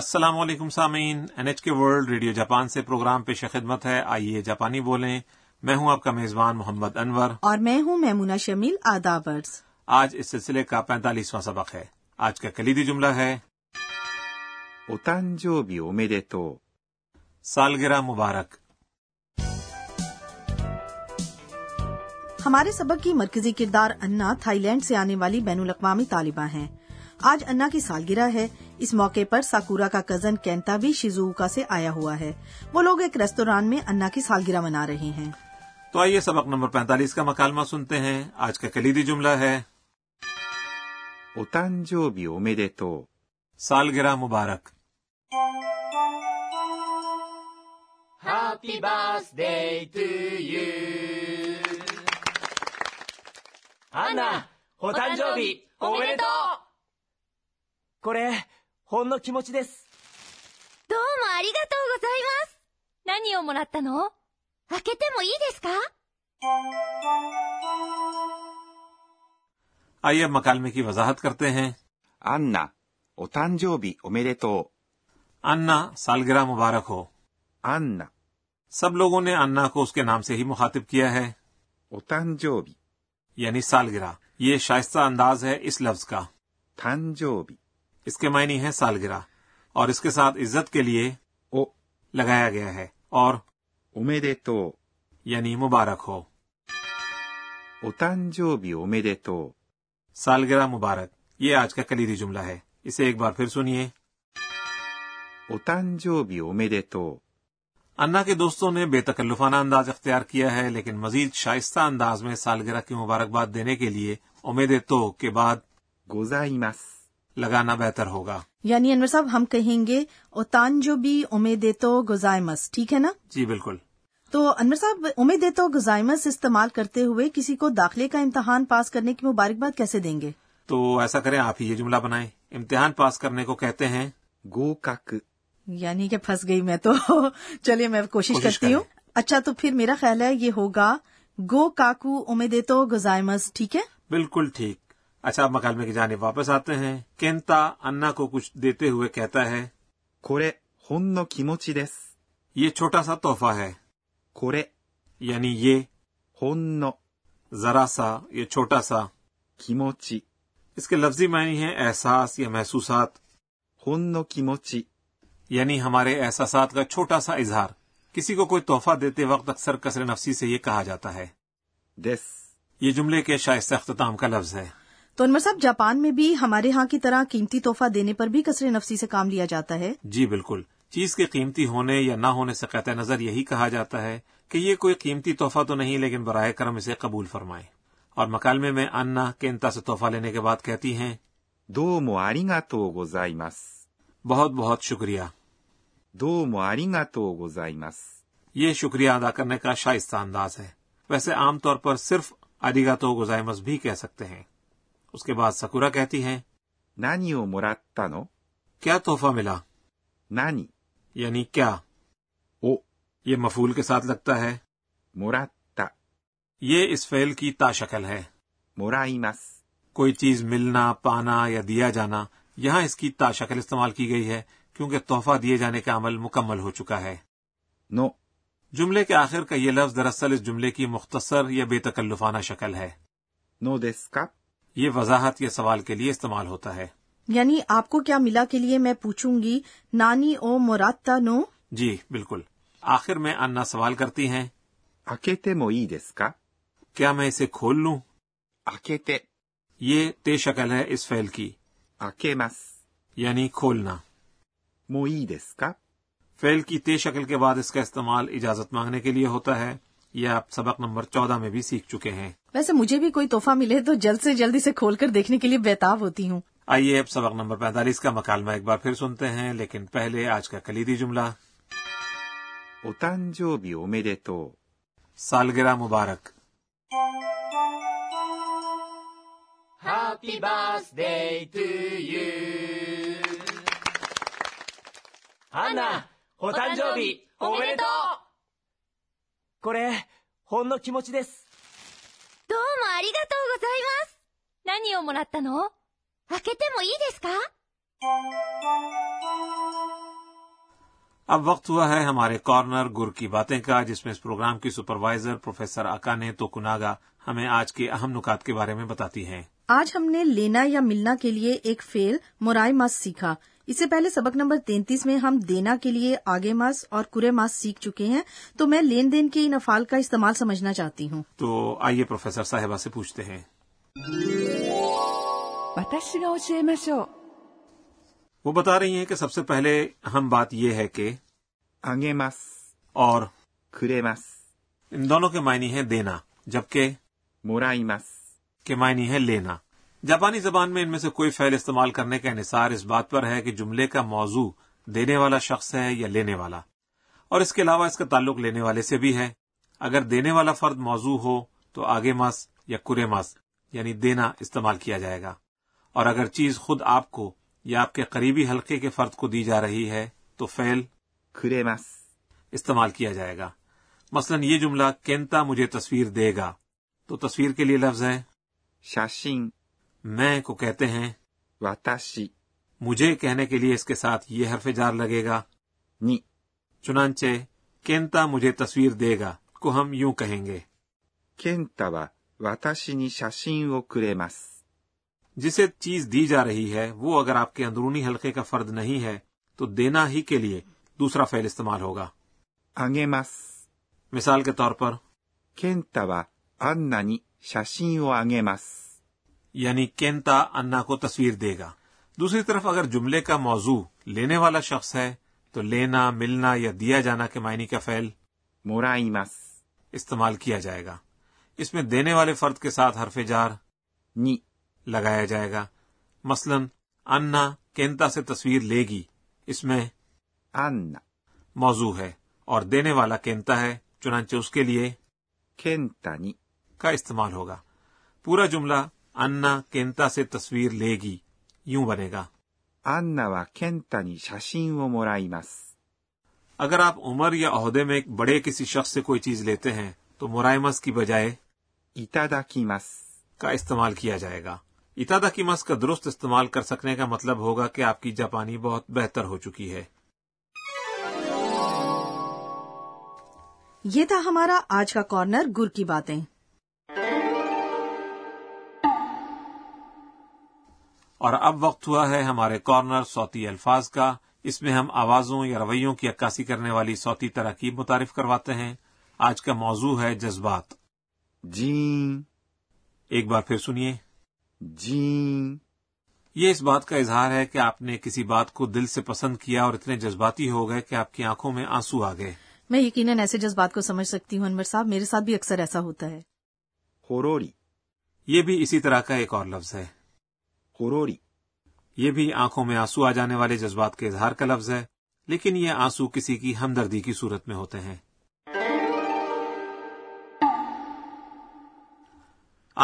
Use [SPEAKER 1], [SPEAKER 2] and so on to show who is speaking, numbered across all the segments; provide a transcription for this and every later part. [SPEAKER 1] السلام علیکم سامعین N H K world radio Japan سے پروگرام پیش خدمت ہے آئیے جاپانی بولیں میں ہوں آپ کا میزبان محمد انور
[SPEAKER 2] اور میں ہوں میمونہ شمیل آدابرز
[SPEAKER 1] آج اس سلسلے کا پینتالیسواں سبق ہے آج کا کلیدی جملہ ہے
[SPEAKER 3] お誕生日おめでと
[SPEAKER 1] سالگرہ مبارک
[SPEAKER 2] ہمارے سبق کی مرکزی کردار انا تھائی لینڈ سے آنے والی بین الاقوامی طالبہ ہیں آج انا کی سالگرہ ہے اس موقع پر ساکورا کا کزن کینتا بھی شیزوکا سے آیا ہوا ہے وہ لوگ ایک ریستوران میں انا کی سالگرہ منا رہے ہیں
[SPEAKER 1] تو آئیے سبق نمبر پینتالیس کا مکالمہ سنتے ہیں آج کا کلیدی جملہ ہے
[SPEAKER 3] う。お誕生日おめでと
[SPEAKER 1] سالگرہ مبارک
[SPEAKER 4] Happy birthday to you アンナお誕生日おめでとうこれほんの気持ちです
[SPEAKER 5] どうもありがとうございます。何をもらったの開けてもいいですか
[SPEAKER 1] آئیے اب مکالمے کی وضاحت کرتے ہیں
[SPEAKER 3] う。アンナ、お誕生日おめでと
[SPEAKER 1] انا سالگرہ مبارک ہو
[SPEAKER 3] う。アンナ、
[SPEAKER 1] سب لوگوں نے انا کو اس کے نام سے ہی مخاطب کیا ہے
[SPEAKER 3] お誕生日、
[SPEAKER 1] یعنی سالگرہ یہ شائستہ انداز ہے اس لفظ کا
[SPEAKER 3] 誕生日、
[SPEAKER 1] اس کے معنی ہے سالگرہ اور اس کے ساتھ عزت کے لیے
[SPEAKER 3] お、
[SPEAKER 1] لگایا گیا ہے اور
[SPEAKER 3] おめでと
[SPEAKER 1] یعنی مبارک ہو
[SPEAKER 3] う。お誕生日おめでと
[SPEAKER 1] سالگرہ مبارک یہ آج کا کلیدی جملہ ہے اسے ایک بار پھر سنیے
[SPEAKER 3] う。お誕生日おめでと
[SPEAKER 1] انا کے دوستوں نے بے تکلفانہ انداز اختیار کیا ہے لیکن مزید شائستہ انداز میں سالگرہ کی مبارکباد دینے کے لیے امید تو کے بعد
[SPEAKER 3] う。ございます。
[SPEAKER 1] لگانا بہتر ہوگا
[SPEAKER 2] یعنی انور صاحب ہم کہیں گے اوتان جو بھی امید تو گزائمس ٹھیک ہے نا
[SPEAKER 1] جی بالکل
[SPEAKER 2] تو انور صاحب امید تو گزائمس استعمال کرتے ہوئے کسی کو داخلے کا امتحان پاس کرنے کی مبارکباد کیسے دیں گے
[SPEAKER 1] تو ایسا کریں آپ ہی یہ جملہ بنائیں امتحان پاس کرنے کو کہتے ہیں
[SPEAKER 3] 合格、
[SPEAKER 2] یعنی کہ پھنس گئی میں تو چلیے میں کوشش
[SPEAKER 1] کوشش
[SPEAKER 2] کرتی ہوں اچھا تو پھر میرا خیال ہے یہ ہوگا گو کاکو امید تو گزائمس ٹھیک ہے
[SPEAKER 1] بالکل ٹھیک اچھا آپ مکالمے کی جانب واپس آتے ہیں کینتا انا کو کچھ دیتے ہوئے کہتا ہے
[SPEAKER 3] これ、ほんの気持ちです。
[SPEAKER 1] یہ چھوٹا سا تحفہ ہے
[SPEAKER 3] これ、
[SPEAKER 1] یعنی یہ
[SPEAKER 3] ほんの、
[SPEAKER 1] ذرا سا یہ چھوٹا سا
[SPEAKER 3] 気持ち、
[SPEAKER 1] اس کے لفظی معنی ہے احساس یا محسوسات
[SPEAKER 3] ほんの気持ち、
[SPEAKER 1] یعنی ہمارے احساسات کا چھوٹا سا اظہار کسی کو کوئی تحفہ دیتے وقت اکثر کثر نفسی سے یہ کہا جاتا ہے
[SPEAKER 3] です。
[SPEAKER 1] یہ جملے کے شائستہ اختتام کا لفظ ہے
[SPEAKER 2] تو انور صاحب جاپان میں بھی ہمارے ہاں کی طرح قیمتی تحفہ دینے پر بھی کثر نفسی سے کام لیا جاتا ہے
[SPEAKER 1] جی بالکل چیز کے قیمتی ہونے یا نہ ہونے سے قطع نظر یہی کہا جاتا ہے کہ یہ کوئی قیمتی تحفہ تو نہیں لیکن براہ کرم اسے قبول فرمائیں اور مکالمے میں انا کینتا سے تحفہ لینے کے بعد کہتی ہیں
[SPEAKER 3] どうもありがとうございます。
[SPEAKER 1] بہت بہت شکریہ
[SPEAKER 3] どうもありがとうございます。
[SPEAKER 1] یہ شکریہ ادا کرنے کا شائستہ انداز ہے ویسے عام طور پر صرف اریگا تو گزائمس بھی کہہ سکتے ہیں اس کے بعد سکورا کہتی ہیں
[SPEAKER 3] 何をもらったの
[SPEAKER 1] کیا تحفہ ملا
[SPEAKER 3] 何
[SPEAKER 1] یعنی کیا
[SPEAKER 3] を
[SPEAKER 1] یہ مفول کے ساتھ لگتا ہے
[SPEAKER 3] もらった、
[SPEAKER 1] یہ اس فعل کی تا شکل ہے
[SPEAKER 3] もらいます。
[SPEAKER 1] کوئی چیز ملنا پانا یا دیا جانا یہاں اس کی تا شکل استعمال کی گئی ہے کیونکہ تحفہ دیے جانے کا عمل مکمل ہو چکا ہے
[SPEAKER 3] の、
[SPEAKER 1] جملے کے آخر کا یہ لفظ دراصل اس جملے کی مختصر یا بے تکلفانہ شکل ہے
[SPEAKER 3] のですか
[SPEAKER 1] یہ وضاحت یا سوال کے لیے استعمال ہوتا ہے
[SPEAKER 2] یعنی آپ کو کیا ملا کے لیے میں پوچھوں گی نانی او موراتا نو
[SPEAKER 1] جی بالکل آخر میں انا سوال کرتی ہیں
[SPEAKER 3] 開けてもいいですか
[SPEAKER 1] کیا میں اسے کھول لوں
[SPEAKER 3] 開けて、
[SPEAKER 1] یہ تے شکل ہے اس فعل کی
[SPEAKER 3] 開けます。
[SPEAKER 1] یعنی کھولنا
[SPEAKER 3] もういいですか
[SPEAKER 1] فعل کی تے شکل کے بعد اس کا استعمال اجازت مانگنے کے لیے ہوتا ہے یہ آپ سبق نمبر چودہ میں بھی سیکھ چکے ہیں
[SPEAKER 2] ویسے مجھے بھی کوئی تحفہ ملے تو جلد سے جلد اسے کھول کر دیکھنے کے لیے بےتاب ہوتی ہوں
[SPEAKER 1] آئیے اب سبق نمبر پینتالیس کا مکالمہ ایک بار پھر سنتے ہیں لیکن پہلے آج کا کلیدی جملہ
[SPEAKER 3] お誕生日おめでと
[SPEAKER 1] سالگرہ مبارک
[SPEAKER 4] ハッピーバースデートゥユーアンナお誕生日おめでとうこれほんの気持ちです
[SPEAKER 5] どうもありがとうございます。何をもらったの開けてもいいですか
[SPEAKER 1] اب وقت ہوا ہے ہمارے کارنر گر کی باتیں کا جس میں اس پروگرام کی سپروائزر پروفیسر اکانے تو کناگا ہمیں آج کے اہم نکات کے بارے میں بتاتی ہیں
[SPEAKER 2] آج ہم نے لینا یا ملنا کے لیے ایک فیل مورائے ماس سیکھا اس سے پہلے سبق نمبر تینتیس میں ہم دینا کے لیے آگے ماس اور کرے ماس سیکھ چکے ہیں تو میں لین دین کے ان افعال کا استعمال سمجھنا چاہتی ہوں
[SPEAKER 1] تو آئیے پروفیسر صاحبہ سے پوچھتے ہیں
[SPEAKER 6] 私が教えましょう。
[SPEAKER 1] وہ بتا رہی ہیں کہ سب سے پہلے ہم بات یہ ہے کہ
[SPEAKER 3] あげます。
[SPEAKER 1] اور
[SPEAKER 3] くれます。
[SPEAKER 1] ان دونوں کے معنی ہیں دینا جبکہ
[SPEAKER 3] もらいます。
[SPEAKER 1] کے معنی ہے لینا جاپانی زبان میں ان میں سے کوئی فعل استعمال کرنے کا انحصار اس بات پر ہے کہ جملے کا موضوع دینے والا شخص ہے یا لینے والا اور اس کے علاوہ اس کا تعلق لینے والے سے بھی ہے اگر دینے والا فرد موضوع ہو تو آگے ماس یا کرے ماس یعنی دینا استعمال کیا جائے گا اور اگر چیز خود آپ کو یا آپ کے قریبی حلقے کے فرد کو دی جا رہی ہے تو فعل
[SPEAKER 3] くれます。
[SPEAKER 1] استعمال کیا جائے گا مثلا یہ جملہ کینتا مجھے تصویر دے گا تو تصویر کے لیے لفظ ہے
[SPEAKER 3] 写真、
[SPEAKER 1] میں کو کہتے ہیں
[SPEAKER 3] 私、
[SPEAKER 1] مجھے کہنے کے لیے اس کے ساتھ یہ حرف جار لگے گا
[SPEAKER 3] に、
[SPEAKER 1] چنانچہ کینتا مجھے تصویر دے گا کو ہم یوں کہیں گے
[SPEAKER 3] ケンタは私に写真をくれます。
[SPEAKER 1] جسے چیز دی جا رہی ہے وہ اگر آپ کے اندرونی حلقے کا فرد نہیں ہے تو دینا ہی کے لیے دوسرا فعل استعمال ہوگا
[SPEAKER 3] あげます。
[SPEAKER 1] مثال کے طور پر
[SPEAKER 3] ケンタはアンナに写真をあげます。
[SPEAKER 1] یعنی کینتا انا کو تصویر دے گا دوسری طرف اگر جملے کا موضوع لینے والا شخص ہے تو لینا ملنا یا دیا جانا کے معنی کا فعل
[SPEAKER 3] もらいます。
[SPEAKER 1] استعمال کیا جائے گا اس میں دینے والے فرد کے ساتھ حرف جار
[SPEAKER 3] に、
[SPEAKER 1] لگایا جائے گا مثلا انا کینتا سے تصویر لے گی اس میں
[SPEAKER 3] アンナ、
[SPEAKER 1] موضوع ہے اور دینے والا کینتا ہے چنانچہ اس کے لیے
[SPEAKER 3] ケンタに、
[SPEAKER 1] کا استعمال ہوگا پورا جملہ انا کینتا سے تصویر لے گی یوں بنے گا
[SPEAKER 3] アンナはケンタに写真をもらいます。
[SPEAKER 1] اگر آپ عمر یا عہدے میں ایک بڑے کسی شخص سے کوئی چیز لیتے ہیں تو مرائمس کی بجائے
[SPEAKER 3] いただきます。
[SPEAKER 1] کا استعمال کیا جائے گا اتادا کی مس کا درست استعمال کر سکنے کا مطلب ہوگا کہ آپ کی جاپانی بہت بہتر ہو چکی ہے
[SPEAKER 2] یہ تھا ہمارا آج کا کارنر گر کی باتیں
[SPEAKER 1] اور اب وقت ہوا ہے ہمارے کارنر صوتی الفاظ کا اس میں ہم آوازوں یا رویوں کی عکاسی کرنے والی صوتی تراکیب متعارف کرواتے ہیں آج کا موضوع ہے جذبات
[SPEAKER 3] ジーン、
[SPEAKER 1] ایک بار پھر سنیے
[SPEAKER 3] ジーン、
[SPEAKER 1] یہ اس بات کا اظہار ہے کہ آپ نے کسی بات کو دل سے پسند کیا اور اتنے جذباتی ہو گئے کہ آپ کی آنکھوں میں آنسو آ گئے
[SPEAKER 2] میں یقیناً ایسے جذبات کو سمجھ سکتی ہوں انور صاحب میرے ساتھ بھی اکثر ایسا ہوتا ہے
[SPEAKER 3] ほろり、
[SPEAKER 1] یہ بھی اسی طرح کا ایک اور لفظ ہے
[SPEAKER 3] ほろり、
[SPEAKER 1] یہ بھی آنکھوں میں آنسو آ جانے والے جذبات کے اظہار کا لفظ ہے لیکن یہ آنسو کسی کی ہمدردی کی صورت میں ہوتے ہیں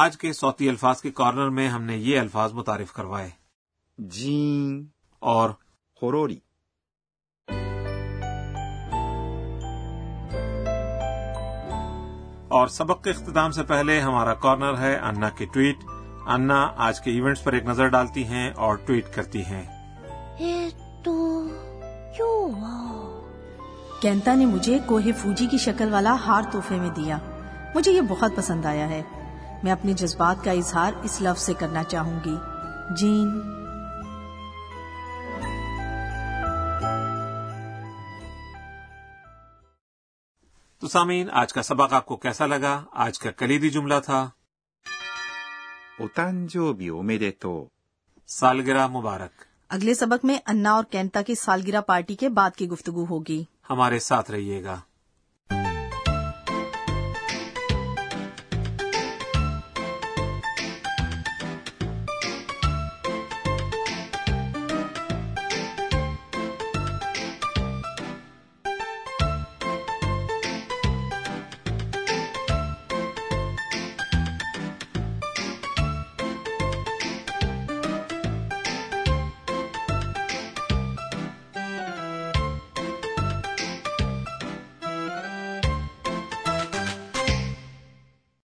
[SPEAKER 1] آج کے صوتی الفاظ کے کارنر میں ہم نے یہ الفاظ متعارف کروائے
[SPEAKER 3] ジーン、
[SPEAKER 1] اور
[SPEAKER 3] ほろり、
[SPEAKER 1] اور سبق کے اختتام سے پہلے ہمارا کارنر ہے انا کی ٹویٹ انا آج کے ایونٹس پر ایک نظر ڈالتی ہیں اور ٹویٹ کرتی ہیں
[SPEAKER 5] えーっと、今日は、
[SPEAKER 2] کینتا نے مجھے کوہ فوجی کی شکل والا ہار تحفے میں دیا مجھے یہ بہت پسند آیا ہے میں اپنے جذبات کا اظہار اس لفظ سے کرنا چاہوں گی جین
[SPEAKER 1] تو سامعین آج کا سبق آپ کو کیسا لگا آج کا کلیدی جملہ تھا
[SPEAKER 3] お誕生日おめでと
[SPEAKER 1] سالگرہ مبارک
[SPEAKER 2] اگلے سبق میں انا اور کینتا کی سالگرہ پارٹی کے بعد کی گفتگو ہوگی
[SPEAKER 1] ہمارے ساتھ رہیے گا